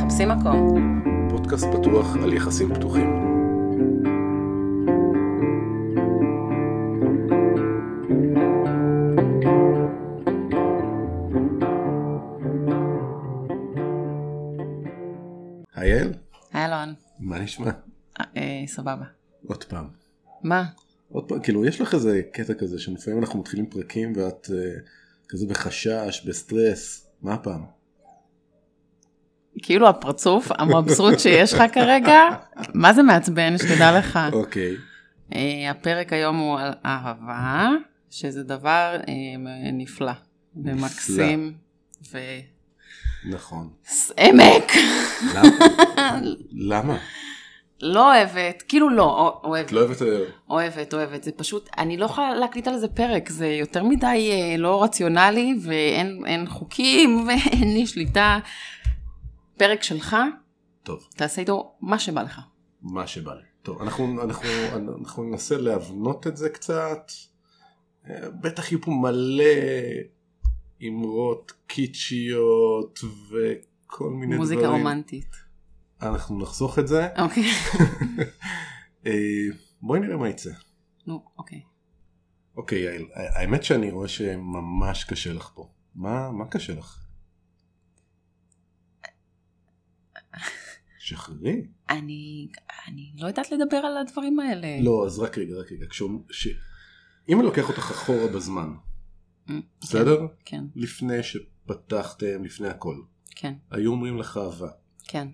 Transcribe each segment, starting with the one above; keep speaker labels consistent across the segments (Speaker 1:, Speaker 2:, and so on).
Speaker 1: תופסים מקום.
Speaker 2: פודקאסט פתוח על יחסים פתוחים. היי יעל,
Speaker 1: היי אלון,
Speaker 2: מה נשמע?
Speaker 1: אה, אה, סבבה.
Speaker 2: עוד פעם.
Speaker 1: מה?
Speaker 2: עוד פעם, כאילו יש לך איזה קטע כזה שלפעמים אנחנו מתחילים פרקים ואת אה, כזה בחשש, בסטרס, מה הפעם?
Speaker 1: כאילו הפרצוף המבסוט שיש לך כרגע, מה זה מעצבן שתדע לך.
Speaker 2: אוקיי,
Speaker 1: אה, הפרק היום הוא על אהבה, שזה דבר אה, נפלא ומקסים
Speaker 2: נכון.
Speaker 1: ועמק.
Speaker 2: למה? למה?
Speaker 1: לא אוהבת, כאילו לא, אוה- אוהבת,
Speaker 2: את לא אוהבת... אה,
Speaker 1: אוהבת, אוהבת, זה פשוט, אני לא יכולה להקליט על זה פרק, זה יותר מדי אה, לא רציונלי, ואין אין חוקים, ואין לי שליטה. פרק שלך,
Speaker 2: טוב,
Speaker 1: תעשה איתו מה שבא לך.
Speaker 2: מה שבא לי. טוב, אנחנו, אנחנו, אנחנו ננסה להבנות את זה קצת. אה, בטח יהיו פה מלא אמרות קיצ'יות וכל מיני
Speaker 1: מוזיקה
Speaker 2: דברים.
Speaker 1: רומנטית.
Speaker 2: אנחנו נחסוך את זה.
Speaker 1: אוקיי.
Speaker 2: אה, בואי נראה מה יצא.
Speaker 1: נו, אוקיי.
Speaker 2: אוקיי יעל, ה- האמת שאני רואה שממש קשה לך פה. מה, מה קשה לך?
Speaker 1: אה,
Speaker 2: שחררי.
Speaker 1: אני, אני לא יודעת לדבר על הדברים האלה.
Speaker 2: לא, אז רק רגע, רק רגע. כשאומ- ש... אם אני לוקח אותך אחורה בזמן,
Speaker 1: אה,
Speaker 2: בסדר?
Speaker 1: כן,
Speaker 2: לפני שפתחתם, לפני הכל,
Speaker 1: כן,
Speaker 2: היו אומרים לך אהבה.
Speaker 1: כן.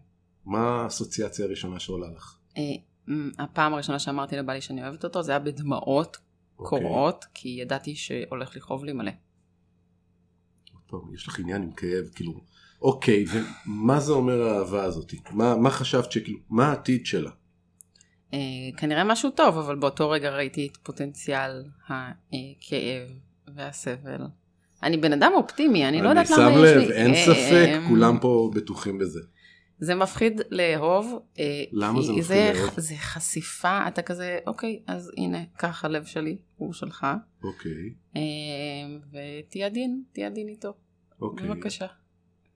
Speaker 2: מה האסוציאציה הראשונה שעולה לך?
Speaker 1: אה, מ, הפעם הראשונה שאמרתי לבעלי שאני אוהבת אותו, זה היה בדמעות
Speaker 2: אוקיי.
Speaker 1: קורעות, כי ידעתי שהולך לכאוב לי מלא.
Speaker 2: עוד פעם, יש לך עניין עם כאב, כאילו, אוקיי, ומה זה אומר האהבה הזאת? מה, מה חשבת שכאילו, מה העתיד שלה?
Speaker 1: אה, כנראה משהו טוב, אבל באותו רגע ראיתי את פוטנציאל הכאב והסבל. אני בן אדם אופטימי, אני לא יודעת למה יש לי...
Speaker 2: שם לב, אין
Speaker 1: אה,
Speaker 2: ספק,
Speaker 1: אה,
Speaker 2: כולם פה בטוחים בזה.
Speaker 1: זה מפחיד לאהוב. אה,
Speaker 2: למה
Speaker 1: כי
Speaker 2: זה מפחיד לאהוב?
Speaker 1: זה חשיפה, אתה כזה, אוקיי, אז הנה, קח הלב שלי, הוא שלך,
Speaker 2: אוקיי,
Speaker 1: אה, ותהיה עדין, תהיה עדין איתו,
Speaker 2: אוקיי.
Speaker 1: בבקשה.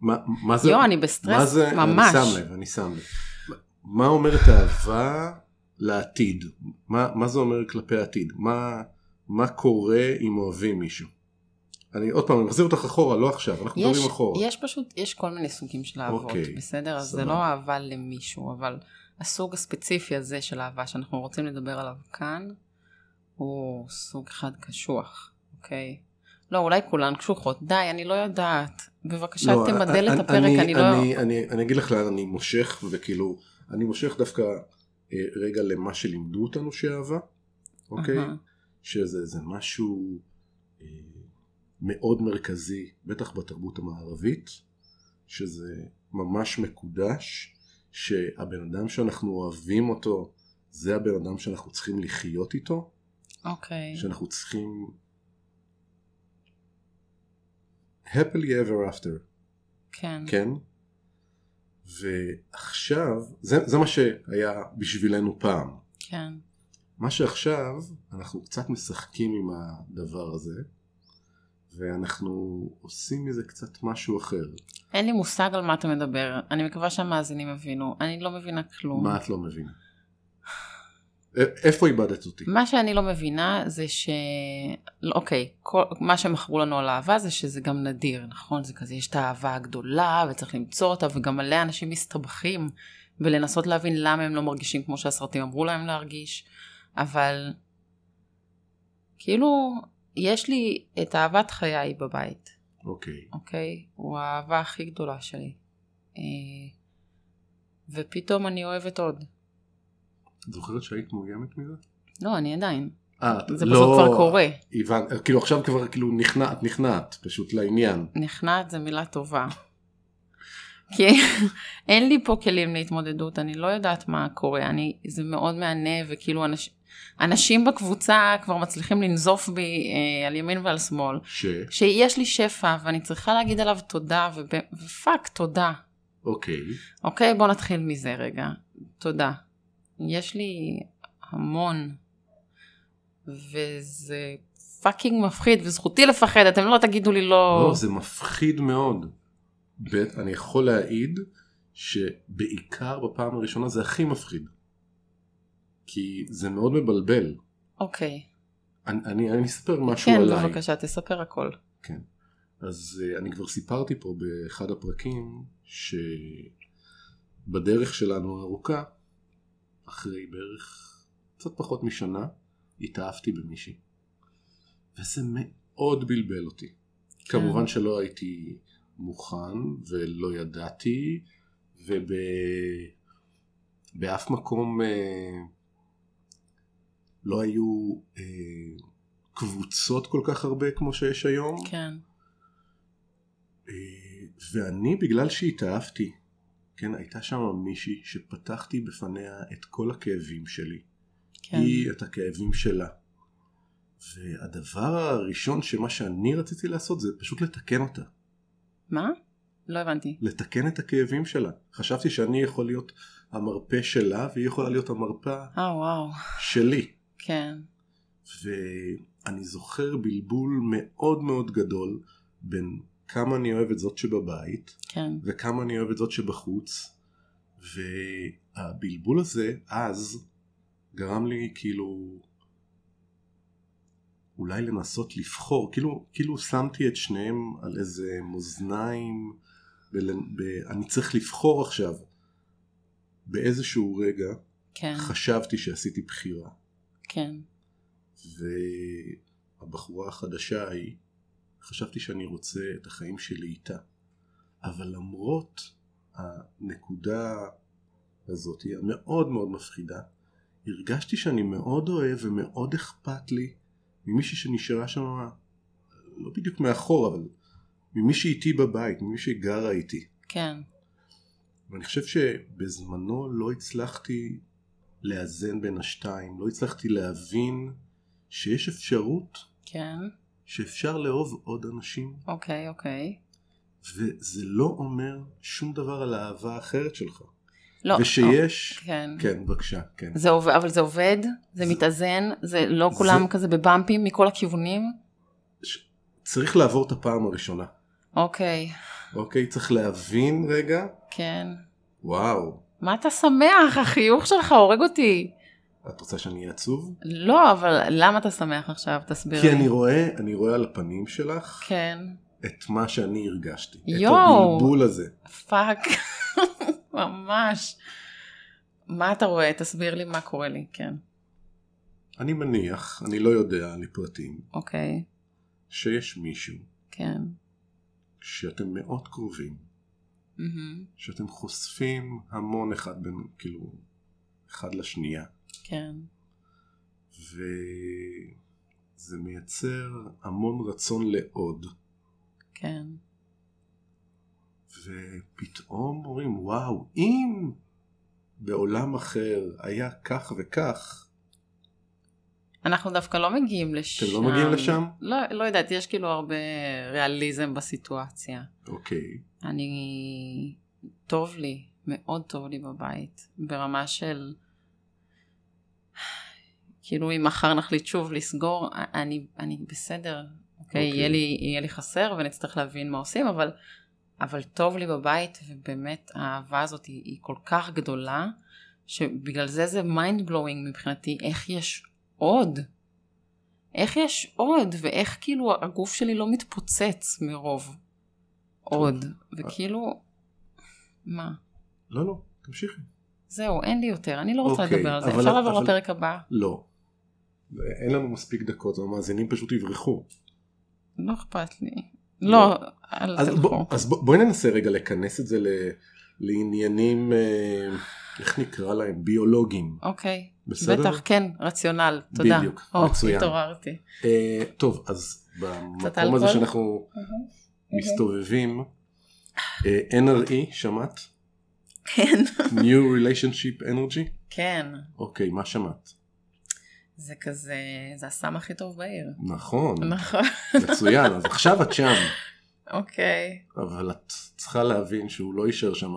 Speaker 2: מה, מה זה,
Speaker 1: יואו, אני
Speaker 2: מה
Speaker 1: בסטרס
Speaker 2: זה,
Speaker 1: ממש.
Speaker 2: אני שם לב, אני שם לב. מה אומרת אהבה לעתיד? מה, מה זה אומר כלפי העתיד? מה, מה קורה אם אוהבים מישהו? אני עוד פעם, אני מחזיר אותך אחורה, לא עכשיו, אנחנו
Speaker 1: יש,
Speaker 2: מדברים אחורה. לא,
Speaker 1: יש פשוט, יש כל מיני סוגים של אהבות,
Speaker 2: אוקיי,
Speaker 1: בסדר? אז זה
Speaker 2: סבבה.
Speaker 1: לא אהבה למישהו, אבל הסוג הספציפי הזה של אהבה שאנחנו רוצים לדבר עליו כאן, הוא סוג אחד קשוח, אוקיי? לא, אולי כולן קשוחות. די, אני לא יודעת. בבקשה,
Speaker 2: לא,
Speaker 1: תמדל את
Speaker 2: אני-
Speaker 1: הפרק, אני לא...
Speaker 2: אני, אני, אני אגיד לך לאן אני מושך, וכאילו, אני מושך דווקא אה, רגע למה שלימדו אותנו שאהבה, אוקיי?
Speaker 1: אהה.
Speaker 2: שזה זה משהו אה, מאוד מרכזי, בטח בתרבות המערבית, שזה ממש מקודש, שהבן אדם שאנחנו אוהבים אותו, זה הבן אדם שאנחנו צריכים לחיות איתו,
Speaker 1: אוקיי.
Speaker 2: שאנחנו צריכים... happily ever after,
Speaker 1: כן.
Speaker 2: כן? ועכשיו, זה, זה מה שהיה בשבילנו פעם.
Speaker 1: כן.
Speaker 2: מה שעכשיו, אנחנו קצת משחקים עם הדבר הזה, ואנחנו עושים מזה קצת משהו אחר.
Speaker 1: אין לי מושג על מה אתה מדבר. אני מקווה שהמאזינים הבינו. אני לא מבינה כלום.
Speaker 2: מה את לא מבינה? א- איפה איבדת אותי?
Speaker 1: מה שאני לא מבינה זה ש... לא, אוקיי, כל... מה שהם מכרו לנו על אהבה זה שזה גם נדיר, נכון? זה כזה, יש את האהבה הגדולה וצריך למצוא אותה, וגם עליה אנשים מסתבכים ולנסות להבין למה הם לא מרגישים כמו שהסרטים אמרו להם להרגיש, אבל כאילו, יש לי את אהבת חיי בבית.
Speaker 2: אוקיי.
Speaker 1: אוקיי? הוא האהבה הכי גדולה שלי. אה, ופתאום אני אוהבת עוד.
Speaker 2: את זוכרת שהיית מאוימת מזה?
Speaker 1: לא, אני עדיין.
Speaker 2: אה,
Speaker 1: זה פשוט כבר קורה.
Speaker 2: הבנ... כאילו עכשיו כבר כאילו נכנעת, נכנעת, פשוט לעניין.
Speaker 1: נכנעת זה מילה טובה. כי אין לי פה כלים להתמודדות, אני לא יודעת מה קורה, אני, זה מאוד מהנה, וכאילו אנש, אנשים בקבוצה כבר מצליחים לנזוף בי אה, על ימין ועל שמאל,
Speaker 2: ש...
Speaker 1: שיש לי שפע ואני צריכה להגיד עליו תודה, וב, ופאק תודה,
Speaker 2: אוקיי.
Speaker 1: אוקיי, בוא נתחיל מזה רגע. תודה. יש לי המון, וזה פאקינג מפחיד, וזכותי לפחד, אתם לא תגידו לי לא...
Speaker 2: לא, זה מפחיד מאוד. ב... אני יכול להעיד שבעיקר בפעם הראשונה זה הכי מפחיד. כי זה מאוד מבלבל.
Speaker 1: אוקיי.
Speaker 2: אני, אני, אני אספר משהו
Speaker 1: כן,
Speaker 2: עליי.
Speaker 1: בבקשה, תספר הכל.
Speaker 2: כן. אז אה, אני כבר סיפרתי פה באחד הפרקים שבדרך שלנו הארוכה, אחרי בערך קצת פחות משנה, התאהבתי במישהי. וזה מאוד בלבל אותי. כמובן שלא הייתי מוכן ולא ידעתי, ובאף מקום אה, לא היו אה, קבוצות כל כך הרבה כמו שיש היום.
Speaker 1: כן.
Speaker 2: אה, ואני בגלל שהתאהבתי, כן, הייתה שם מישהי שפתחתי בפניה את כל הכאבים שלי,
Speaker 1: כן.
Speaker 2: כן. היא את הכאבים שלה. והדבר הראשון שמה שאני רציתי לעשות זה פשוט לתקן אותה,
Speaker 1: מה? לא הבנתי.
Speaker 2: לתקן את הכאבים שלה. חשבתי שאני יכול להיות המרפא שלה והיא יכולה להיות המרפא
Speaker 1: אה, וואו.
Speaker 2: שלי.
Speaker 1: כן.
Speaker 2: ואני זוכר בלבול מאוד מאוד גדול בין כמה אני אוהב את זאת שבבית
Speaker 1: כן.
Speaker 2: וכמה אני אוהב את זאת שבחוץ. והבלבול הזה אז גרם לי כאילו אולי לנסות לבחור, כאילו, כאילו שמתי את שניהם על איזה מאזניים, בל... ב... אני צריך לבחור עכשיו. באיזשהו רגע
Speaker 1: כן.
Speaker 2: חשבתי שעשיתי בחירה,
Speaker 1: כן.
Speaker 2: והבחורה החדשה ההיא, חשבתי שאני רוצה את החיים שלי איתה. אבל למרות הנקודה הזאת, היא המאוד מאוד מפחידה, הרגשתי שאני מאוד אוהב ומאוד אכפת לי ממישהי שנשארה שם, לא בדיוק מאחור, אבל ממישהי איתי בבית, ממישהי גרה איתי.
Speaker 1: כן.
Speaker 2: ואני חושב שבזמנו לא הצלחתי לאזן בין השתיים, לא הצלחתי להבין שיש אפשרות
Speaker 1: כן.
Speaker 2: שאפשר לאהוב עוד אנשים,
Speaker 1: אוקיי, אוקיי.
Speaker 2: וזה לא אומר שום דבר על האהבה האחרת שלך.
Speaker 1: לא.
Speaker 2: ושיש...
Speaker 1: אוקיי, כן.
Speaker 2: כן, בבקשה, כן.
Speaker 1: זה עובד, אבל זה עובד, זה
Speaker 2: זה-
Speaker 1: מתאזן, זה לא
Speaker 2: זה-
Speaker 1: כולם כזה בבמפים מכל הכיוונים.
Speaker 2: צריך לעבור את הפעם הראשונה,
Speaker 1: אוקיי,
Speaker 2: אוקיי? צריך להבין רגע,
Speaker 1: כן.
Speaker 2: וואו,
Speaker 1: מה אתה שמח? החיוך שלך הורג אותי.
Speaker 2: את רוצה שאני אהיה עצוב?
Speaker 1: לא, אבל למה אתה שמח עכשיו? תסביר
Speaker 2: כי
Speaker 1: לי.
Speaker 2: אני רואה, אני רואה על הפנים שלך
Speaker 1: כן.
Speaker 2: את מה שאני הרגשתי. את
Speaker 1: יואו.
Speaker 2: הבלבול הזה.
Speaker 1: פאק. ממש. מה אתה רואה? תסביר לי מה קורה לי, כן.
Speaker 2: אני מניח, אני לא יודע על פרטים,
Speaker 1: אוקיי,
Speaker 2: שיש מישהו
Speaker 1: כן.
Speaker 2: שאתם מאוד קרובים,
Speaker 1: מהמם,
Speaker 2: שאתם חושפים המון אחד בין, כאילו, אחד לשנייה,
Speaker 1: כן.
Speaker 2: וזה מייצר המון רצון לעוד,
Speaker 1: כן.
Speaker 2: ופתאום אומרים, וואו, אם בעולם אחר היה כך וכך,
Speaker 1: אנחנו דווקא לא מגיעים לשם.
Speaker 2: אתם לא מגיעים לשם?
Speaker 1: לא, לא יודעת, יש כאילו הרבה ריאליזם בסיטואציה.
Speaker 2: אוקיי,
Speaker 1: אני... טוב לי, מאוד טוב לי בבית, ברמה של... כאילו אם מחר נחליט שוב לסגור, אני, אני בסדר, אוקיי,
Speaker 2: אוקיי.
Speaker 1: יהיה, לי, יהיה לי חסר ונצטרך להבין מה עושים, אבל, אבל טוב לי בבית, ובאמת האהבה הזאת היא, היא כל כך גדולה, שבגלל זה זה מיינד בלואינג מבחינתי, איך יש עוד? איך יש עוד? ואיך כאילו הגוף שלי לא מתפוצץ מרוב עוד? וכאילו, מה?
Speaker 2: לא, לא, תמשיכי.
Speaker 1: זהו, אין לי יותר, אני לא רוצה
Speaker 2: אוקיי,
Speaker 1: לדבר על זה,
Speaker 2: אבל-
Speaker 1: אפשר לעבור
Speaker 2: אבל-
Speaker 1: לפרק הבא?
Speaker 2: לא. אין לנו מספיק דקות, המאזינים פשוט יברחו.
Speaker 1: לא אכפת לי.
Speaker 2: לא.
Speaker 1: לא, אל
Speaker 2: אז, בוא,
Speaker 1: תלכו.
Speaker 2: אז בוא, בואי ננסה רגע לכנס את זה ל, לעניינים, אה, איך נקרא להם? ביולוגיים.
Speaker 1: אוקיי,
Speaker 2: בסדר?
Speaker 1: בטח, כן, רציונל, תודה.
Speaker 2: בדיוק,
Speaker 1: או,
Speaker 2: מצוין.
Speaker 1: התעוררתי.
Speaker 2: אה, טוב, אז
Speaker 1: קצת
Speaker 2: במקום
Speaker 1: אלכוהול?
Speaker 2: הזה שאנחנו מסתובבים, אה, NRE, שמעת?
Speaker 1: כן.
Speaker 2: New Relationship Energy?
Speaker 1: כן,
Speaker 2: אוקיי, מה שמעת?
Speaker 1: זה כזה, זה הסם הכי טוב בעיר.
Speaker 2: נכון,
Speaker 1: נכון.
Speaker 2: מצוין, אז עכשיו את שם,
Speaker 1: אוקיי.
Speaker 2: אבל את צריכה להבין שהוא לא יישאר שם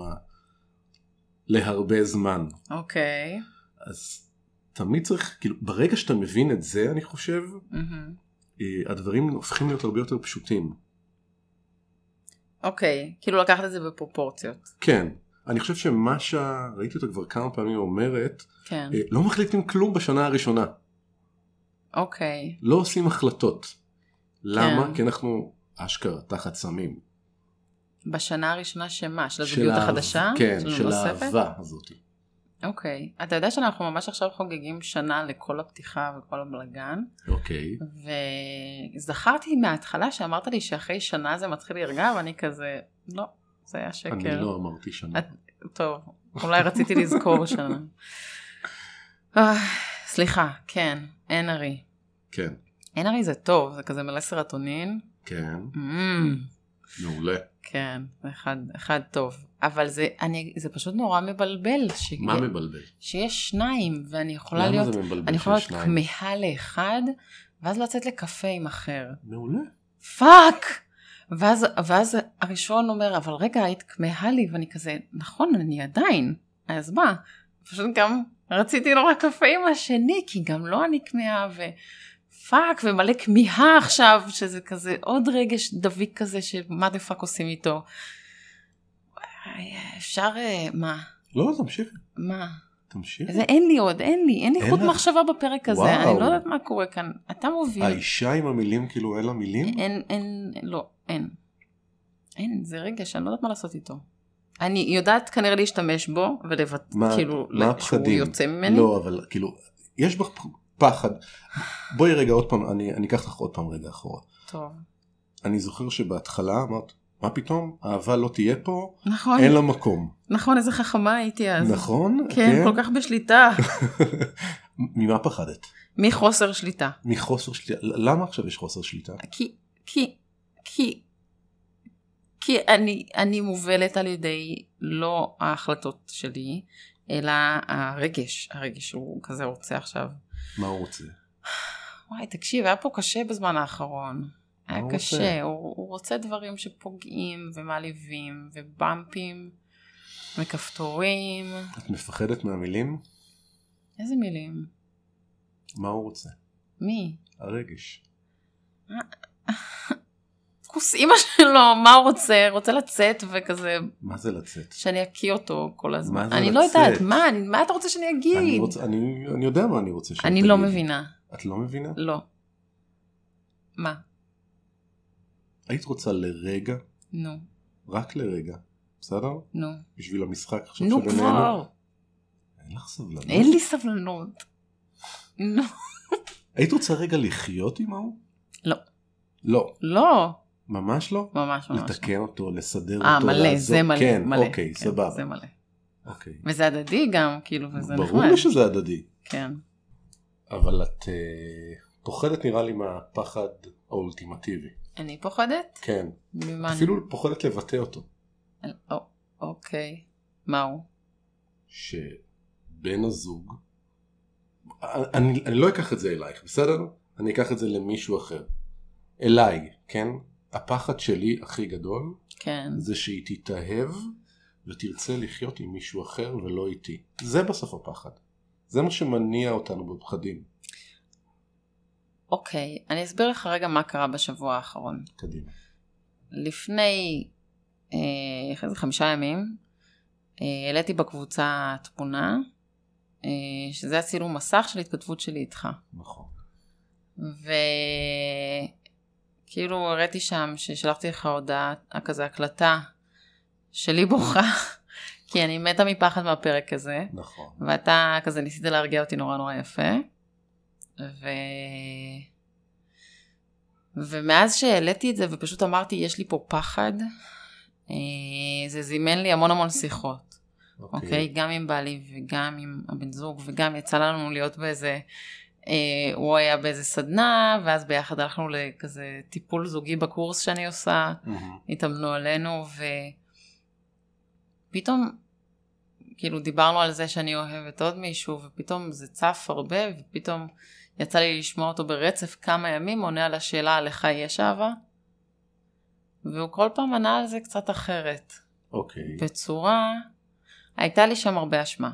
Speaker 2: להרבה זמן.
Speaker 1: אוקיי.
Speaker 2: אז תמיד צריך, כאילו, ברגע שאתה מבין את זה, אני חושב,
Speaker 1: מהמם.
Speaker 2: אה, הדברים הופכים להיות הרבה יותר פשוטים.
Speaker 1: אוקיי, כאילו לקחת את זה בפרופורציות.
Speaker 2: כן, אני חושב שמשה, ראיתי אותה כבר כמה פעמים אומרת,
Speaker 1: כן,
Speaker 2: אה, לא מחליטים כלום בשנה הראשונה.
Speaker 1: אוקיי.
Speaker 2: לא עושים החלטות. למה?
Speaker 1: כן.
Speaker 2: כי אנחנו אשכרה תחת סמים.
Speaker 1: בשנה הראשונה שמה? של
Speaker 2: של
Speaker 1: הזוגיות
Speaker 2: האהבה-
Speaker 1: החדשה?
Speaker 2: כן,
Speaker 1: שלנו
Speaker 2: של
Speaker 1: נוספת?
Speaker 2: האהבה הזאת.
Speaker 1: אוקיי. אתה יודע שאנחנו ממש עכשיו חוגגים שנה לכל הפתיחה וכל הבלגן,
Speaker 2: אוקיי.
Speaker 1: וזכרתי מההתחלה שאמרת לי שאחרי שנה זה מתחיל להירגע, ואני כזה, לא, זה היה שקר.
Speaker 2: אני לא אמרתי שנה.
Speaker 1: את- טוב, אולי רציתי לזכור שנה. אה, סליחה, כן, NRE.
Speaker 2: כן,
Speaker 1: NRE זה טוב, זה כזה מלא סרטונין.
Speaker 2: כן,
Speaker 1: Mm.
Speaker 2: מעולה.
Speaker 1: כן, אחד, אחד טוב. אבל זה, אני, זה פשוט נורא מבלבל. ש...
Speaker 2: מה מבלבל?
Speaker 1: שיש שניים, ואני יכולה
Speaker 2: למה
Speaker 1: להיות,
Speaker 2: זה מבלבל
Speaker 1: אני
Speaker 2: של
Speaker 1: יכולה להיות
Speaker 2: שניים?
Speaker 1: כמהה לאחד, ואז לצאת לקפה עם אחר.
Speaker 2: מעולה.
Speaker 1: פאק! ואז, ואז הראשון אומר, אבל רגע, היית כמהה לי, ואני כזה, נכון, אני עדיין. אז מה? פשוט גם רציתי נורא קפה עם השני, כי גם לא אני כמהה, ופאק, ומלא כמיהה עכשיו, שזה כזה עוד רגש דביק כזה, שמה דה פאק עושים איתו. וואי, אפשר, אה, מה?
Speaker 2: לא, תמשיך,
Speaker 1: מה?
Speaker 2: תמשיך.
Speaker 1: זה אין לי עוד, אין לי, אין לי
Speaker 2: אין
Speaker 1: חוט
Speaker 2: לך?
Speaker 1: מחשבה בפרק הזה,
Speaker 2: וואו.
Speaker 1: אני לא יודעת מה קורה כאן, אתה מוביל.
Speaker 2: האישה עם המילים, כאילו אין לה מילים?
Speaker 1: אין, אין, לא, אין. אין, זה רגע שאני לא יודעת מה לעשות איתו. אני יודעת כנראה להשתמש בו, ולבט...
Speaker 2: מה-
Speaker 1: כאילו,
Speaker 2: מה
Speaker 1: שהוא
Speaker 2: הפחדים?
Speaker 1: יוצא ממני.
Speaker 2: לא, אבל כאילו, יש בך פ- פחד. בואי רגע עוד פעם, אני אני אקח לך עוד פעם רגע אחורה.
Speaker 1: טוב.
Speaker 2: אני זוכר שבהתחלה אמרת, מה פתאום, אהבה לא תהיה פה,
Speaker 1: נכון,
Speaker 2: אין לה מקום.
Speaker 1: נכון, איזה חכמה הייתי אז.
Speaker 2: נכון?
Speaker 1: כן, כל כך בשליטה.
Speaker 2: ממה פחדת?
Speaker 1: מחוסר שליטה.
Speaker 2: מחוסר שליטה. למה עכשיו יש חוסר שליטה?
Speaker 1: כי, כי, כי, כי אני, אני מובלת על ידי לא ההחלטות שלי, אלא הרגש, הרגש הוא כזה רוצה עכשיו.
Speaker 2: מה הוא רוצה?
Speaker 1: וואי, תקשיב, היה פה קשה בזמן האחרון. היה
Speaker 2: הוא
Speaker 1: קשה,
Speaker 2: רוצה?
Speaker 1: הוא, הוא רוצה דברים שפוגעים ומעליבים ובמפים וכפתורים.
Speaker 2: את מפחדת מהמילים?
Speaker 1: איזה מילים?
Speaker 2: מה הוא רוצה?
Speaker 1: מי?
Speaker 2: הרגש.
Speaker 1: כוס אימא שלו, מה הוא רוצה? רוצה לצאת וכזה,
Speaker 2: מה זה לצאת?
Speaker 1: שאני אקיא אותו כל הזמן.
Speaker 2: זה
Speaker 1: אני לא
Speaker 2: לצאת?
Speaker 1: יודעת, מה, אני, מה אתה רוצה שאני אגיד?
Speaker 2: אני, לא רוצה, אני, אני יודע מה אני רוצה
Speaker 1: אני
Speaker 2: שתגידי.
Speaker 1: לא מבינה,
Speaker 2: את לא מבינה?
Speaker 1: לא. מה?
Speaker 2: היית רוצה לרגע,
Speaker 1: נו,
Speaker 2: רק לרגע, בסדר?
Speaker 1: נו,
Speaker 2: בשביל המשחק עכשיו
Speaker 1: נו
Speaker 2: שבינינו.
Speaker 1: כבר,
Speaker 2: אין לך סבלנות.
Speaker 1: אין לי סבלנות. נו,
Speaker 2: היית רוצה רגע לחיות עם ההוא?
Speaker 1: לא.
Speaker 2: לא.
Speaker 1: לא,
Speaker 2: ממש לא?
Speaker 1: ממש ממש.
Speaker 2: לתקן אותו, לסדר
Speaker 1: אה,
Speaker 2: אותו,
Speaker 1: מלא,
Speaker 2: לעזור.
Speaker 1: זה מלא,
Speaker 2: כן,
Speaker 1: מלא.
Speaker 2: אוקיי,
Speaker 1: כן,
Speaker 2: סבבה.
Speaker 1: זה מלא.
Speaker 2: אוקיי.
Speaker 1: וזה הדדי גם, כאילו, וזה נחמד.
Speaker 2: ברור לי שזה הדדי.
Speaker 1: כן.
Speaker 2: אבל את אה, פוחדת נראה לי מהפחד האולטימטיבי.
Speaker 1: אני פוחדת?
Speaker 2: כן.
Speaker 1: ממה אני?
Speaker 2: אפילו פוחדת לבטא אותו.
Speaker 1: או, אוקיי. מהו?
Speaker 2: שבן הזוג, אני, אני לא אקח את זה אלייך, בסדר? אני אקח את זה למישהו אחר. אליי, כן? הפחד שלי הכי גדול
Speaker 1: כן.
Speaker 2: זה שהיא תתאהב ותרצה לחיות עם מישהו אחר ולא איתי. זה בסוף הפחד. זה מה שמניע אותנו בפחדים.
Speaker 1: אוקיי, אני אסביר לך רגע מה קרה בשבוע האחרון.
Speaker 2: קדימה.
Speaker 1: לפני אה, אחרי זה חמישה ימים, אה, העליתי בקבוצה תמונה, אה, שזה הצילום מסך של התכתבות שלי איתך.
Speaker 2: נכון.
Speaker 1: וכאילו הראיתי שם ששלחתי לך הודעה, כזה הקלטה שלי בוכה, כי אני מתה מפחד מהפרק הזה,
Speaker 2: נכון.
Speaker 1: ואתה כזה ניסית להרגיע אותי נורא נורא יפה. ו... ומאז שהעליתי את זה ופשוט אמרתי יש לי פה פחד, אה, זה זימן לי המון המון שיחות. אוקיי? Okay. גם עם בעלי וגם עם הבן זוג, וגם יצא לנו להיות באיזה... אה, הוא היה באיזה סדנה, ואז ביחד הלכנו לכזה טיפול זוגי בקורס שאני עושה,
Speaker 2: מהמם.
Speaker 1: התאמנו עלינו, ופתאום, כאילו דיברנו על זה שאני אוהבת עוד מישהו, ופתאום זה צף הרבה, ופתאום יצא לי לשמוע אותו ברצף כמה ימים, עונה על השאלה לך יש אהבה? והוא כל פעם ענה על זה קצת אחרת.
Speaker 2: אוקיי.
Speaker 1: בצורה... הייתה לי שם הרבה אשמה,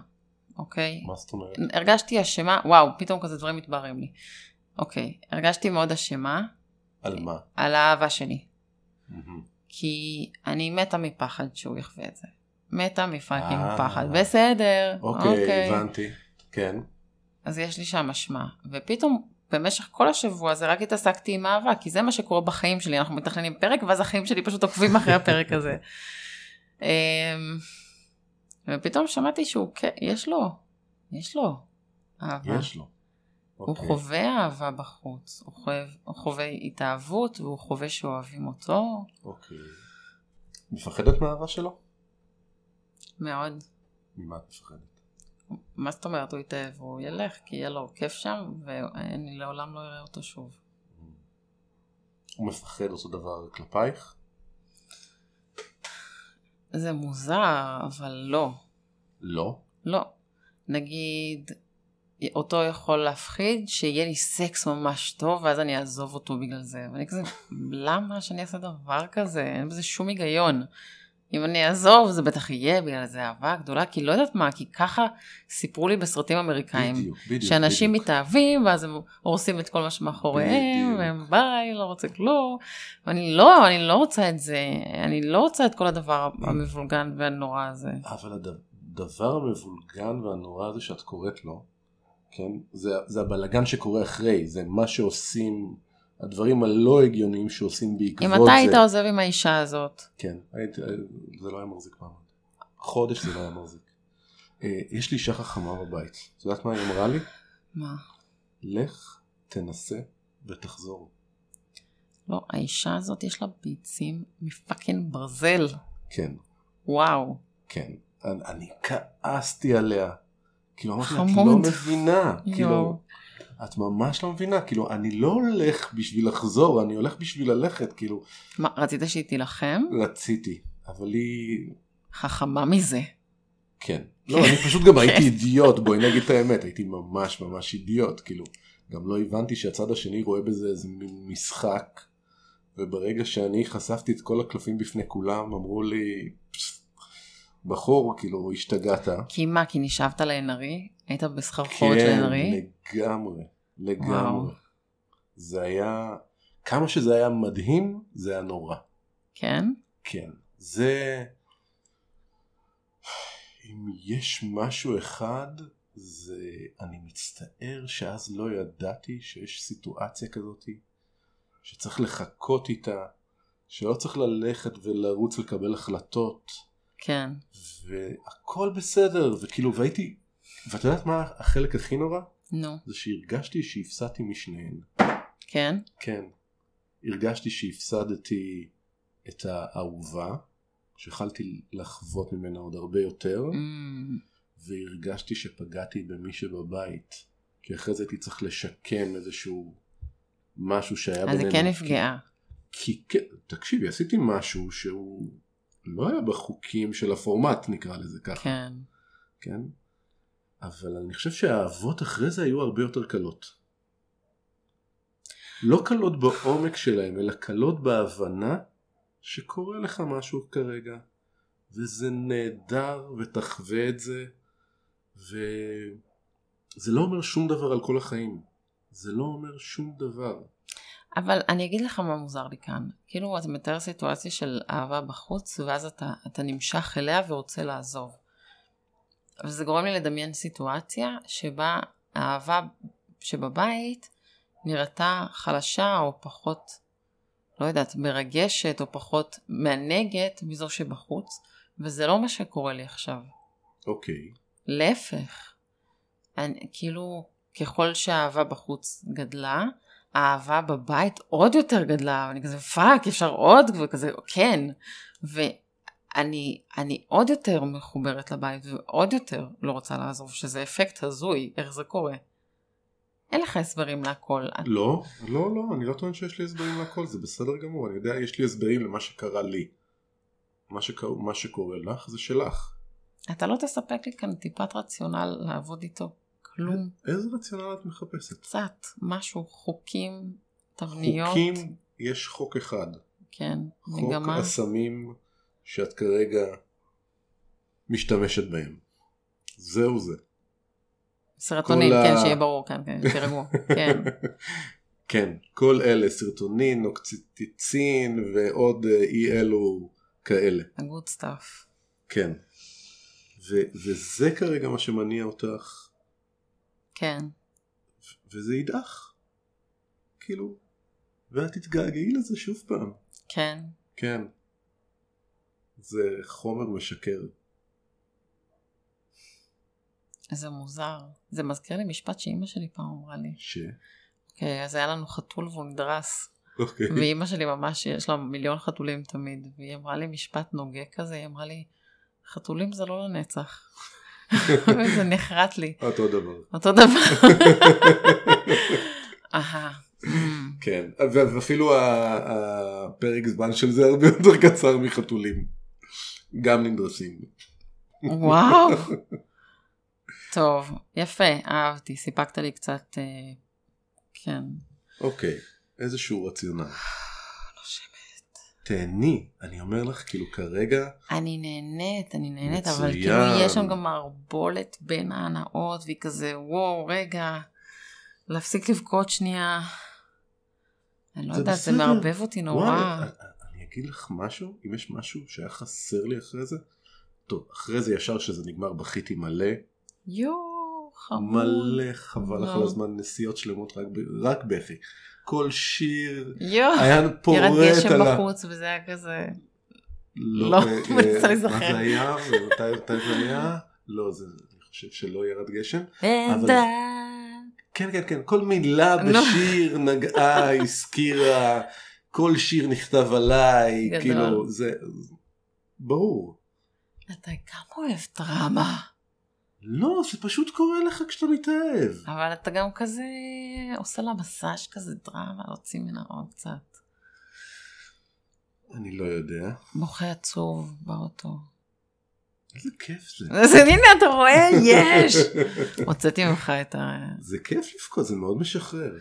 Speaker 1: אוקיי?
Speaker 2: מה זאת אומרת?
Speaker 1: הרגשתי אשמה, וואו, פתאום כזה דברים מתבררים לי. אוקיי, הרגשתי מאוד אשמה
Speaker 2: על מה?
Speaker 1: על האהבה שלי,
Speaker 2: מהמם.
Speaker 1: כי אני מתה מפחד שהוא יחווה את זה. מתה מפאקינג
Speaker 2: אה.
Speaker 1: פחד. בסדר,
Speaker 2: אוקיי, הבנתי. כן.
Speaker 1: אז יש לי שם אשמה. ופתאום במשך כל השבוע זה רק התעסקתי עם אהבה, כי זה מה שקורה בחיים שלי, אנחנו מתכננים פרק ואז החיים שלי פשוט עוקבים אחרי הפרק הזה. אמ, ופתאום שמעתי שהוא כן, יש לו, יש לו אהבה.
Speaker 2: יש לו.
Speaker 1: אה? הוא
Speaker 2: אוקיי.
Speaker 1: חווה אהבה בחוץ, הוא חווה, הוא חווה התאהבות והוא חווה שאוהבים אותו
Speaker 2: אוקיי. מפחדת מהאהבה שלו?
Speaker 1: מאוד.
Speaker 2: ממה את מפחדת?
Speaker 1: מה זאת אומרת, הוא יתאהב, הוא ילך, כי יהיה לו כיף שם, ואני לעולם לא אראה אותו שוב.
Speaker 2: הוא מפחד אותו דבר כלפייך?
Speaker 1: זה מוזר, אבל לא.
Speaker 2: לא.
Speaker 1: לא. נגיד, אותו יכול להפחיד שיהיה לי סקס ממש טוב, ואז אני אעזוב אותו בגלל זה. ואני כזה, למה שאני אעשה דבר כזה? אין בזה שום היגיון. אם אני אעזוב, זה בטח יהיה בגלל זה אהבה גדולה, כי לא יודעת מה, כי ככה סיפרו לי בסרטים אמריקאים.
Speaker 2: בדיוק, בדיוק.
Speaker 1: שאנשים
Speaker 2: בדיוק.
Speaker 1: מתאהבים ואז הם הורסים את כל מה שמאחוריהם
Speaker 2: בדיוק.
Speaker 1: והם ביי לא רוצה כלום. ואני לא אני לא רוצה את זה אני לא רוצה את כל הדבר המבולגן והנורא הזה.
Speaker 2: אבל הדבר המבולגן והנורא הזה שאת קוראת לו, כן? זה, זה הבלגן שקורה אחרי, זה מה שעושים, הדברים הלא הגיוניים שעושים בעקבות
Speaker 1: אם
Speaker 2: זה.
Speaker 1: אתה היית עוזב עם האישה הזאת
Speaker 2: כן, הייתי, זה לא היה מחזיק מעמד. חודש זה לא היה מחזיק. אה, יש לי אישה חכמה בבית. את יודעת מה היא אמרה לי?
Speaker 1: מה
Speaker 2: לך, תנסה ותחזור.
Speaker 1: לא האישה הזאת יש לה ביצים מפאקינג ברזל
Speaker 2: כן,
Speaker 1: וואו
Speaker 2: כן. אני, אני כעסתי עליה. כאילו אמרתי לה, את לא
Speaker 1: חמוד.
Speaker 2: מבינה. כאילו,
Speaker 1: יואו.
Speaker 2: את ממש לא מבינה. כאילו, אני לא הולך בשביל לחזור, אני הולך בשביל ללכת. כאילו,
Speaker 1: מה רצית שהיא תילחם
Speaker 2: רציתי. אבל היא...
Speaker 1: חכמה מזה
Speaker 2: כן. לא, אני פשוט גם הייתי אידיוט, בואי נגיד את האמת, הייתי ממש ממש אידיוט, כאילו, גם לא הבנתי שהצד השני רואה בזה איזה מין משחק, וברגע שאני חשפתי את כל הקלפים בפני כולם, אמרו לי, "פס, בחור, כאילו, השתגעת.
Speaker 1: כי מה כי נשאבת לעין ארי היית בסחרחורת לעין
Speaker 2: כן,
Speaker 1: ארי
Speaker 2: לגמרי,
Speaker 1: וואו.
Speaker 2: לגמרי. זה היה, כמה שזה היה מדהים, זה היה נורא.
Speaker 1: כן
Speaker 2: כן, זה... אם יש משהו אחד, זה... אני מצטער שאז לא ידעתי שיש סיטואציה כזאת, שצריך לחכות איתה, שלא צריך ללכת ולרוץ לקבל החלטות,
Speaker 1: כן
Speaker 2: והכל בסדר, וכאילו, והייתי... ואת יודעת מה החלק הכי נורא?
Speaker 1: נו
Speaker 2: זה שהרגשתי שהפסדתי משניהם.
Speaker 1: כן
Speaker 2: כן. הרגשתי שהפסדתי את האהובה, שיכלתי לחוות ממנה עוד הרבה יותר,
Speaker 1: אמ,
Speaker 2: והרגשתי שפגעתי במי שבבית, כי אחרי זה הייתי צריך לשקם איזשהו משהו שהיה
Speaker 1: אז
Speaker 2: בינינו.
Speaker 1: היא כן נפגעה.
Speaker 2: כי כן, תקשיבי, עשיתי משהו שהוא לא היה בחוקים של הפורמט, נקרא לזה ככה.
Speaker 1: כן.
Speaker 2: כן? אבל אני חושב שהאהבות אחרי זה היו הרבה יותר קלות. לא קלות בעומק שלהם, אלא קלות בהבנה שקורה לך משהו כרגע, וזה נהדר, ותחווה את זה, וזה לא אומר שום דבר על כל החיים. זה לא אומר שום דבר.
Speaker 1: אבל אני אגיד לך מה מוזר לי כאן. כאילו אתה מתאר סיטואציה של אהבה בחוץ, ואז אתה, אתה נמשך אליה ורוצה לעזוב. וזה גורם לי לדמיין סיטואציה שבה האהבה שבבית נראתה חלשה או פחות, לא יודעת, מרגשת או פחות מענגת מזו שבחוץ, וזה לא מה שקורה לי עכשיו.
Speaker 2: אוקיי,
Speaker 1: להפך. אני, כאילו, ככל שהאהבה בחוץ גדלה, האהבה בבית עוד יותר גדלה, ואני כזה פאק, אפשר עוד, וכזה, כן. ואני אני עוד יותר מחוברת לבית, ועוד יותר לא רוצה לעזוב, שזה אפקט הזוי, איך זה קורה. אין לך הסברים להכל. את-
Speaker 2: לא, לא, לא, אני לא טוען שיש לי הסברים לכל, זה בסדר גמור, אני יודע, יש לי הסברים למה שקרה לי. מה, שקר... מה שקורה לך זה שלך.
Speaker 1: אתה לא תספק לי כאן טיפת רציונל לעבוד איתו. כלום.
Speaker 2: איזה רציונל את מחפשת?
Speaker 1: קצת, משהו, חוקים, תבניות.
Speaker 2: חוקים, יש חוק אחד.
Speaker 1: כן,
Speaker 2: חוק
Speaker 1: מגמה.
Speaker 2: הסמים שאת כרגע משתמשת בהם. זהו זה.
Speaker 1: סרטונים,
Speaker 2: כל ה-
Speaker 1: כן, שיהיה ברור, כן, כן, תרגמו, כן.
Speaker 2: כן, כל אלה, סרטונין, אוקציטיצין ועוד אה, אי אלו כאלה.
Speaker 1: ה-good stuff.
Speaker 2: כן. ו- וזה כרגע מה שמניע אותך,
Speaker 1: כן.
Speaker 2: ו- וזה יידח. כאילו, ואת תתגעגעי לזה שוב פעם.
Speaker 1: כן.
Speaker 2: כן. זה חומר משקר.
Speaker 1: זה מוזר. זה מזכיר לי משפט שאימא שלי פעם אמרה לי.
Speaker 2: ש...
Speaker 1: אוקיי, אז היה לנו חתול והוא נדרס.
Speaker 2: אוקיי.
Speaker 1: ואימא שלי ממש, יש לה מיליון חתולים תמיד, והיא אמרה לי משפט נוגה כזה, היא אמרה לי, חתולים זה לא לנצח. וזה נחרט לי.
Speaker 2: אותו דבר.
Speaker 1: אותו דבר. אהה. אמ,
Speaker 2: כן. ו- ואפילו ה- הפרק זמן של זה הרבה יותר קצר מחתולים. גם נדרסים.
Speaker 1: וואו. טוב, יפה, אהבתי, סיפקת לי קצת, אה, כן.
Speaker 2: אוקיי. איזשהו רציונל. לא
Speaker 1: נושמת.
Speaker 2: תהני, אני אומר לך, כאילו כרגע,
Speaker 1: אני נהנית, אני נהנית,
Speaker 2: מצוין.
Speaker 1: אבל כאילו יש שם גם מערבולת בין ההנאות, והיא כזה, וואו, רגע, להפסיק לבכות שנייה. אני לא
Speaker 2: זה
Speaker 1: יודעת, זה
Speaker 2: בסדר.
Speaker 1: מערבב אותי נורא.
Speaker 2: וואי, אה, אני אגיד לך משהו, אם יש משהו שהיה חסר לי אחרי זה, טוב, אחרי זה ישר שזה נגמר בכיתי מלא,
Speaker 1: יואו, חמוד.
Speaker 2: מלא חבל לך
Speaker 1: לא.
Speaker 2: על הזמן, נסיעות שלמות רק ב- רק בכי. כל שיר
Speaker 1: יואו,
Speaker 2: היה
Speaker 1: אה, ירד
Speaker 2: פורט
Speaker 1: גשם
Speaker 2: על ה...
Speaker 1: בחוץ וזה היה כזה,
Speaker 2: לא,
Speaker 1: לא,
Speaker 2: אה, אה,
Speaker 1: מנסה
Speaker 2: מה
Speaker 1: להיזכר.
Speaker 2: זה היה? ומתי מתי זה היה? לא, זה, אני חושב שלא ירד גשם. אבל-
Speaker 1: בינתיים.
Speaker 2: כן, כן, כן, כל מילה
Speaker 1: לא.
Speaker 2: בשיר נגעה, הזכירה, כל שיר נכתב עליי,
Speaker 1: גדול.
Speaker 2: כאילו, זה... ברור.
Speaker 1: אתה גם אוהב דרמה,
Speaker 2: לא, זה פשוט קורה לך כשאתה מתאהב.
Speaker 1: אבל אתה גם כזה עושה לה מסאז' כזה דרמה, להוציא ממנה עוד קצת.
Speaker 2: אני לא יודע.
Speaker 1: בוכה עצוב באוטו.
Speaker 2: איזה כיף זה.
Speaker 1: אז הנה אתה רואה יש. הוצאתי ממך את ה...
Speaker 2: זה כיף לבכות, זה מאוד משחרר.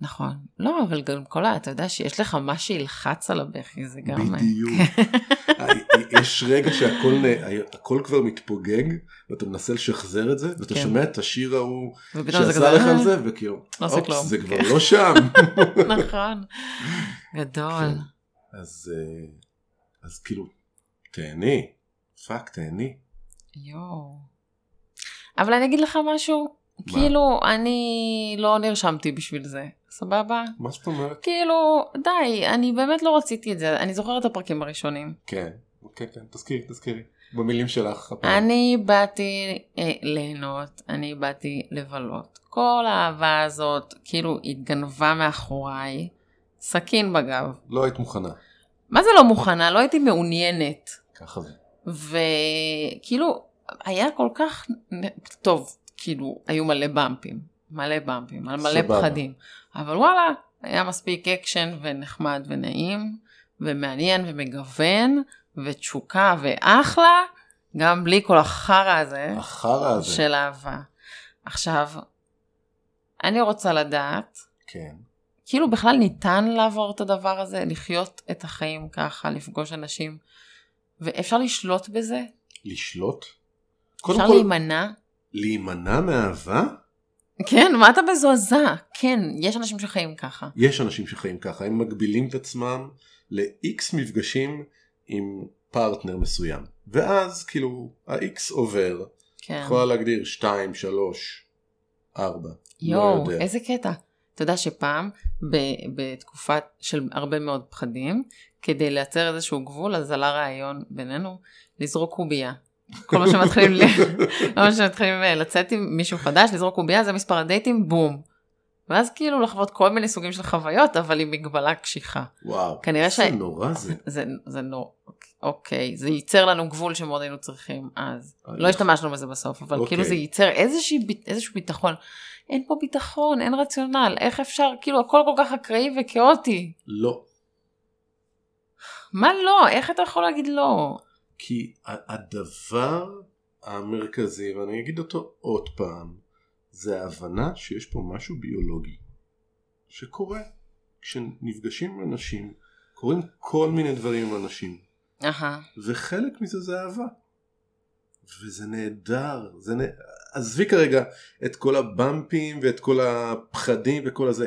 Speaker 1: נכון. לא אבל גם כל ה... אתה יודע שיש לך מה שילחץ על הבכי זה גם...
Speaker 2: בדיוק. אה, יש רגע שהכל נ- הכל כבר מתפוגג ואתה מנסה לשחזר את זה ואתה
Speaker 1: כן.
Speaker 2: שומע את השיר ההוא
Speaker 1: ופתאום זה
Speaker 2: שעשה
Speaker 1: כזה...
Speaker 2: לך על זה וכאילו
Speaker 1: לא עושה
Speaker 2: "אופס,
Speaker 1: כלום."
Speaker 2: זה כבר
Speaker 1: כן.
Speaker 2: לא שם.
Speaker 1: נכון. גדול.
Speaker 2: כן. אז אה, אז כאילו תהני. פאק תהני.
Speaker 1: יואו. אבל אני אגיד לך משהו.
Speaker 2: מה?
Speaker 1: כאילו אני לא נרשמתי בשביל זה. סבבה?
Speaker 2: מה זאת אומרת?
Speaker 1: כאילו די אני באמת לא רציתי את זה אני זוכרת את הפרקים הראשונים.
Speaker 2: כן. כן כן תזכירי תזכירי. במילים שלך. הפעם.
Speaker 1: אני באתי אה, ליהנות, אני באתי לבלות. כל האהבה הזאת כאילו התגנבה מאחוריי, סכין בגב.
Speaker 2: לא היית מוכנה.
Speaker 1: מה זה לא מוכנה? לא הייתי מעוניינת.
Speaker 2: ככה זה.
Speaker 1: וכאילו היה כל כך נ- טוב, כאילו היו מלא במפים, מלא במפים, על מלא
Speaker 2: סבבה.
Speaker 1: פחדים. אבל וואלה, היה מספיק אקשן ונחמד ונעים, ומעניין ומגוון, ותשוקה ואחלה, גם בלי כל החרא הזה
Speaker 2: החרא הזה.
Speaker 1: של אהבה. עכשיו, אני רוצה לדעת,
Speaker 2: כן.
Speaker 1: כאילו בכלל ניתן לעבור את הדבר הזה, לחיות את החיים ככה, לפגוש אנשים, ואפשר לשלוט בזה?
Speaker 2: לשלוט? קודם
Speaker 1: אפשר
Speaker 2: כל,
Speaker 1: להימנע?
Speaker 2: להימנע מאהבה?
Speaker 1: כן, מה אתה מזועזע? כן, יש אנשים שחיים ככה.
Speaker 2: יש אנשים שחיים ככה, הם מגבילים את עצמם ל-X מפגשים עם פרטנר מסוים. ואז כאילו ה-X עובר,
Speaker 1: כן.
Speaker 2: יכולה להגדיר 2, 3, 4, לא
Speaker 1: יואו,
Speaker 2: יודע.
Speaker 1: איזה קטע. אתה יודע שפעם, ב- בתקופה של הרבה מאוד פחדים, כדי לייצר איזשהו גבול, אז עלה רעיון בינינו לזרוק קובייה. כל מה שמתחילים, ל- כל מה שמתחילים אה, לצאת עם מישהו חדש, לזרוק קובייה, זה מספר הדייטים, בום. ואז כאילו לחוות כל מיני סוגים של חוויות, אבל עם מגבלה קשיחה.
Speaker 2: וואו,
Speaker 1: כנראה ש-
Speaker 2: איזה נורא זה.
Speaker 1: זה, זה לא, אוקיי, זה ייצר לנו גבול שמאוד היינו צריכים אז. לא השתמשנו בזה בסוף, אבל
Speaker 2: אוקיי.
Speaker 1: כאילו זה ייצר איזושהי, ביט- איזשהו ביטחון. אין פה ביטחון, אין רציונל, איך אפשר, כאילו הכל כל כך אקראי וכאוטי.
Speaker 2: לא,
Speaker 1: מה לא? איך אתה יכול להגיד לא?
Speaker 2: כי ה- הדבר המרכזי, ואני אגיד אותו עוד פעם, זה ההבנה שיש פה משהו ביולוגי שקורה. כשנפגשים עם אנשים, קורים כל מיני דברים עם אנשים,
Speaker 1: אהה,
Speaker 2: וחלק מזה זה אהבה. וזה נהדר, זה נ... עזבי כרגע את כל הבמפים ואת כל הפחדים וכל הזה.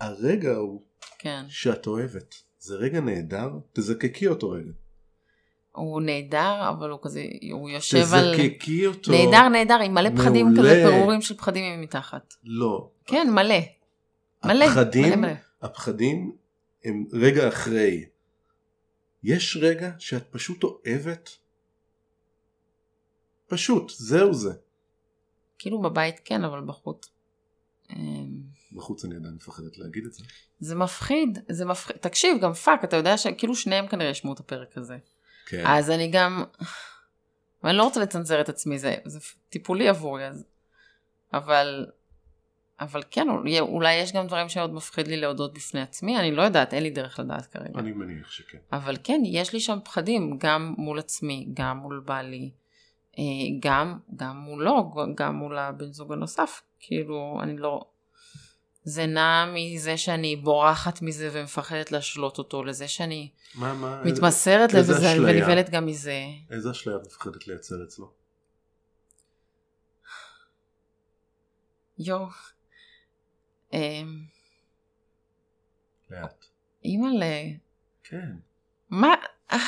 Speaker 2: הרגע הוא
Speaker 1: כן.
Speaker 2: שאת אוהבת, זה רגע נהדר, תזקקי אותו רגע.
Speaker 1: הוא נהדר, אבל הוא כזה, הוא יושב על...
Speaker 2: תזקקי אותו.
Speaker 1: נהדר, נהדר, עם מלא פחדים
Speaker 2: מעולה.
Speaker 1: כזה, פירורים של פחדים מתחת.
Speaker 2: לא.
Speaker 1: כן, מלא. מלא. מלא,
Speaker 2: הפחדים,
Speaker 1: מלא.
Speaker 2: הפחדים הם רגע אחרי. יש רגע שאת פשוט אוהבת? פשוט, זהו זה.
Speaker 1: כאילו בבית כן, אבל בחוץ. אמ,
Speaker 2: בחוץ אני עדיין מפחדת להגיד את זה.
Speaker 1: זה מפחיד, זה מפחיד. תקשיב, גם פאק, אתה יודע שכאילו שניהם כנראה ישמעו את הפרק הזה.
Speaker 2: כן.
Speaker 1: אז אני גם... ואני לא רוצה לצנזר את עצמי, זה, זה טיפולי עבורי, אז... אבל... אבל כן, אולי- אולי יש גם דברים שעוד מפחיד לי להודות בפני עצמי, אני לא יודעת, אין לי דרך לדעת כרגע.
Speaker 2: אני מניח שכן.
Speaker 1: אבל כן, יש לי שם פחדים, גם מול עצמי, גם מול בעלי, אה, גם, גם מולו, גם מול הבן זוג הנוסף. כאילו, אני לא... זה נע מזה שאני בורחת מזה ומפחדת להשלות אותו, לזה שאני
Speaker 2: מה, מה, איזה-
Speaker 1: מתמסרת
Speaker 2: איזה
Speaker 1: לזה
Speaker 2: אשליה.
Speaker 1: ונבהלת גם מזה.
Speaker 2: איזה אשליה את מפחדת לייצר אצלו?
Speaker 1: יואו. אמ,
Speaker 2: לאט.
Speaker 1: אימא'לה.
Speaker 2: כן.
Speaker 1: מה? אה,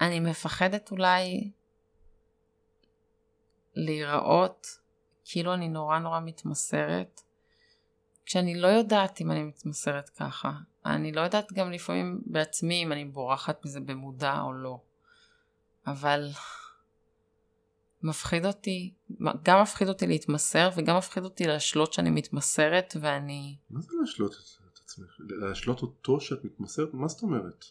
Speaker 1: אני מפחדת אולי להיראות כאילו אני נורא נורא מתמסרת, כשאני לא יודעת אם אני מתמסרת ככה. אני לא יודעת גם לפעמים בעצמי אם אני בורחת מזה במודע או לא. אבל מפחיד אותי, גם מפחיד אותי להתמסר וגם מפחיד אותי להשלות שאני מתמסרת ואני...
Speaker 2: מה זה להשלות את- את עצמך? להשלות אותו שאת מתמסרת? מה זאת אומרת?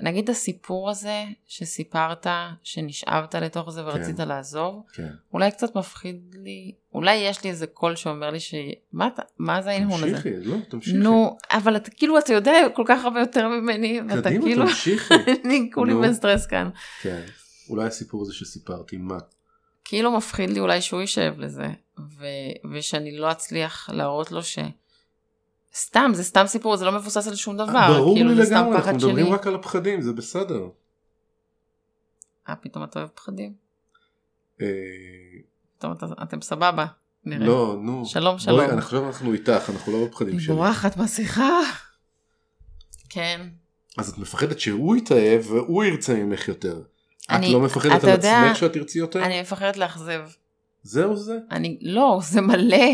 Speaker 1: נגיד הסיפור הזה שסיפרת, שנשאבת לתוך זה ורצית
Speaker 2: כן.
Speaker 1: לעזוב,
Speaker 2: כן.
Speaker 1: אולי קצת מפחיד לי, אולי יש לי איזה קול שאומר לי ש... מה, אתה- מה זה ההנהון הזה?
Speaker 2: תמשיכי, לא, תמשיכי.
Speaker 1: נו, אבל אתה כאילו, אתה יודע כל כך הרבה יותר ממני, ואתה
Speaker 2: קדימה,
Speaker 1: כאילו,
Speaker 2: תמשיכי.
Speaker 1: אני כולי
Speaker 2: נו.
Speaker 1: בסטרס כאן.
Speaker 2: כן. אולי הסיפור הזה שסיפרתי, מה?
Speaker 1: כאילו מפחיד לי אולי שהוא יישב לזה, ו... ושאני לא אצליח להראות לו ש... סתם, זה סתם סיפור, זה לא מבוסס על שום דבר.
Speaker 2: ברור
Speaker 1: כאילו,
Speaker 2: לי
Speaker 1: זה סתם
Speaker 2: לגמרי,
Speaker 1: פחד
Speaker 2: אנחנו מדברים
Speaker 1: שלי.
Speaker 2: רק על הפחדים, זה בסדר.
Speaker 1: אה, פתאום אתה אוהב פחדים?
Speaker 2: אה,
Speaker 1: פתאום אתה... אתם סבבה. נראה.
Speaker 2: לא, נו.
Speaker 1: שלום, שלום.
Speaker 2: בואי, עכשיו אנחנו איתך, אנחנו לא בפחדים
Speaker 1: אני
Speaker 2: שלי.
Speaker 1: בורחת מהשיחה. כן.
Speaker 2: אז את מפחדת שהוא יתאהב והוא ירצה ממך יותר. את
Speaker 1: אני-
Speaker 2: לא מפחדת
Speaker 1: אתה
Speaker 2: על
Speaker 1: יודע-
Speaker 2: עצמך שאת תרצי יותר?
Speaker 1: אני מפחדת לאכזב.
Speaker 2: זהו זה?
Speaker 1: אני, לא, זה מלא.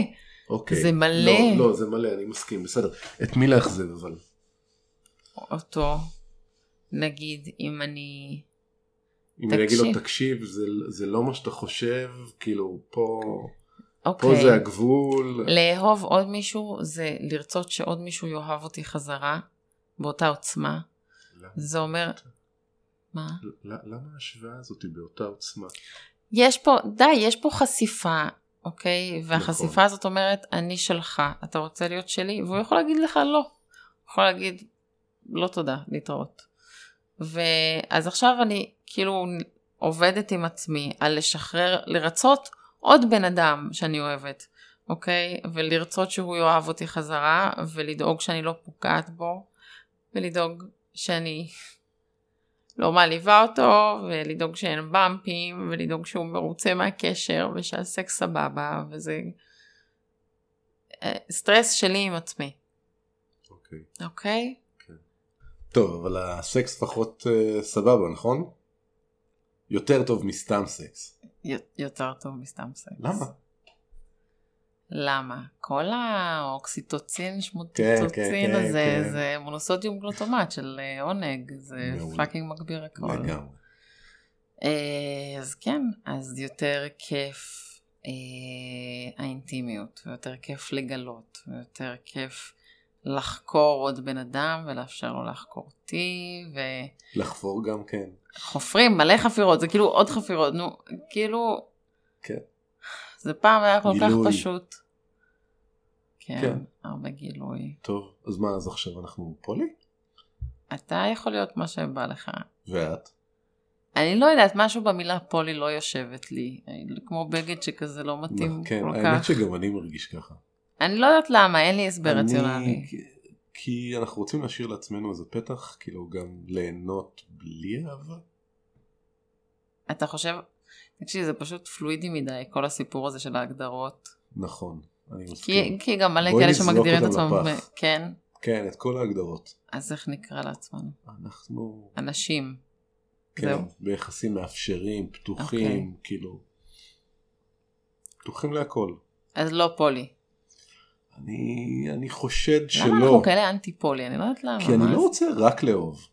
Speaker 2: אוקיי.
Speaker 1: זה מלא.
Speaker 2: לא, לא, זה מלא, אני מסכים, בסדר. את מי לאכזב אבל?
Speaker 1: אותו, נגיד, אם אני...
Speaker 2: אם אני אגיד לו
Speaker 1: תקשיב.
Speaker 2: תקשיב, זה- זה לא מה שאתה חושב, כאילו פה פה
Speaker 1: אוקיי.
Speaker 2: זה הגבול.
Speaker 1: לאהוב עוד מישהו זה לרצות שעוד מישהו יאהב אותי חזרה, באותה עוצמה.
Speaker 2: למה-
Speaker 1: זה אומר... מה?
Speaker 2: ל- למה ההשוואה הזאת היא באותה עוצמה?
Speaker 1: יש פה, די, יש פה חשיפה, אוקיי? והחשיפה
Speaker 2: נכון.
Speaker 1: הזאת אומרת, אני שלך, אתה רוצה להיות שלי? והוא יכול להגיד לך לא. הוא יכול להגיד, לא תודה, להתראות. ואז עכשיו אני כאילו עובדת עם עצמי על לשחרר, לרצות עוד בן אדם שאני אוהבת, אוקיי? ולרצות שהוא יאהב אותי חזרה, ולדאוג שאני לא פוגעת בו, ולדאוג שאני לא מעליבה אותו, ולדאוג שאין במפים, ולדאוג שהוא מרוצה מהקשר, ושהסקס סבבה, וזה אה, סטרס שלי עם עצמי,
Speaker 2: אוקיי.
Speaker 1: אוקיי?
Speaker 2: טוב, אבל הסקס פחות אה, סבבה, נכון? יותר טוב מסתם סקס.
Speaker 1: י- יותר טוב מסתם סקס.
Speaker 2: למה?
Speaker 1: למה? כל האוקסיטוצין,
Speaker 2: כן,
Speaker 1: שמוטוצין
Speaker 2: כן,
Speaker 1: הזה,
Speaker 2: כן.
Speaker 1: זה מונוסודיום גלוטומט של אה, עונג, זה
Speaker 2: מעולה.
Speaker 1: פאקינג מגביר הכל.
Speaker 2: לגמרי.
Speaker 1: אה, אז כן, אז יותר כיף אה, האינטימיות, ויותר כיף לגלות, ויותר כיף לחקור עוד בן אדם ולאפשר לו לחקור אותי,
Speaker 2: לחפור גם כן.
Speaker 1: וחופרים מלא חפירות, זה כאילו עוד חפירות, נו, כאילו...
Speaker 2: כן.
Speaker 1: זה פעם היה כל
Speaker 2: גילוי.
Speaker 1: כך פשוט. כן,
Speaker 2: כן.
Speaker 1: הרבה גילוי.
Speaker 2: טוב, אז מה, אז עכשיו אנחנו פולי?
Speaker 1: אתה יכול להיות מה שבא לך.
Speaker 2: ואת?
Speaker 1: אני לא יודעת, משהו במילה פולי לא יושבת לי. כמו בגד שכזה לא מתאים
Speaker 2: כן,
Speaker 1: כל
Speaker 2: האמת
Speaker 1: כך.
Speaker 2: שגם אני מרגיש ככה.
Speaker 1: אני לא יודעת למה, אין לי הסבר
Speaker 2: אני-
Speaker 1: רציונלי.
Speaker 2: כי- כי אנחנו רוצים להשאיר לעצמנו איזה פתח, כאילו גם ליהנות בלי אהבה.
Speaker 1: אתה חושב, תקשיב, זה פשוט פלואידי מדי, כל הסיפור הזה של ההגדרות.
Speaker 2: נכון, אני מסכים.
Speaker 1: כי, כי גם מלא
Speaker 2: בואי
Speaker 1: כאלה
Speaker 2: נזרוק
Speaker 1: שמגדירים את
Speaker 2: אותם
Speaker 1: עצמם,
Speaker 2: לפח.
Speaker 1: ב- כן,
Speaker 2: כן, את כל ההגדרות.
Speaker 1: אז איך נקרא לעצמנו?
Speaker 2: אנחנו,
Speaker 1: אנשים.
Speaker 2: כן,
Speaker 1: זהו. אוקיי.
Speaker 2: ביחסים מאפשרים, פתוחים, כאילו, פתוחים להכל.
Speaker 1: אז לא פולי.
Speaker 2: אני, אני חושד שלא.
Speaker 1: למה אנחנו כאלה אנטי פולי? אני לא יודעת למה.
Speaker 2: כי אני
Speaker 1: מה
Speaker 2: לא
Speaker 1: זה?
Speaker 2: רוצה רק לאהוב.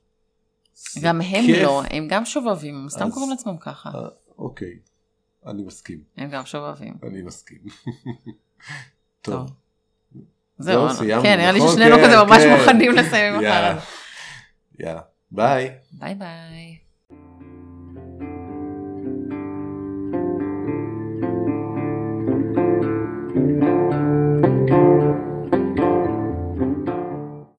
Speaker 2: זה
Speaker 1: גם הם
Speaker 2: כיף.
Speaker 1: לא, הם גם שובבים, הם סתם
Speaker 2: אז-
Speaker 1: קוראים לעצמם ככה.
Speaker 2: אה, אוקיי, אני מסכים,
Speaker 1: הם גם שובבים.
Speaker 2: אני מסכים.
Speaker 1: טוב.
Speaker 2: טוב,
Speaker 1: זהו,
Speaker 2: זהו,
Speaker 1: אני-
Speaker 2: סיימנו,
Speaker 1: כן, נראה לי
Speaker 2: נכון?
Speaker 1: ששנינו
Speaker 2: כן,
Speaker 1: כזה ממש
Speaker 2: כן.
Speaker 1: מוכנים לסיים עם
Speaker 2: יאללה.
Speaker 1: החלב.
Speaker 2: יאללה, ביי.
Speaker 1: ביי ביי.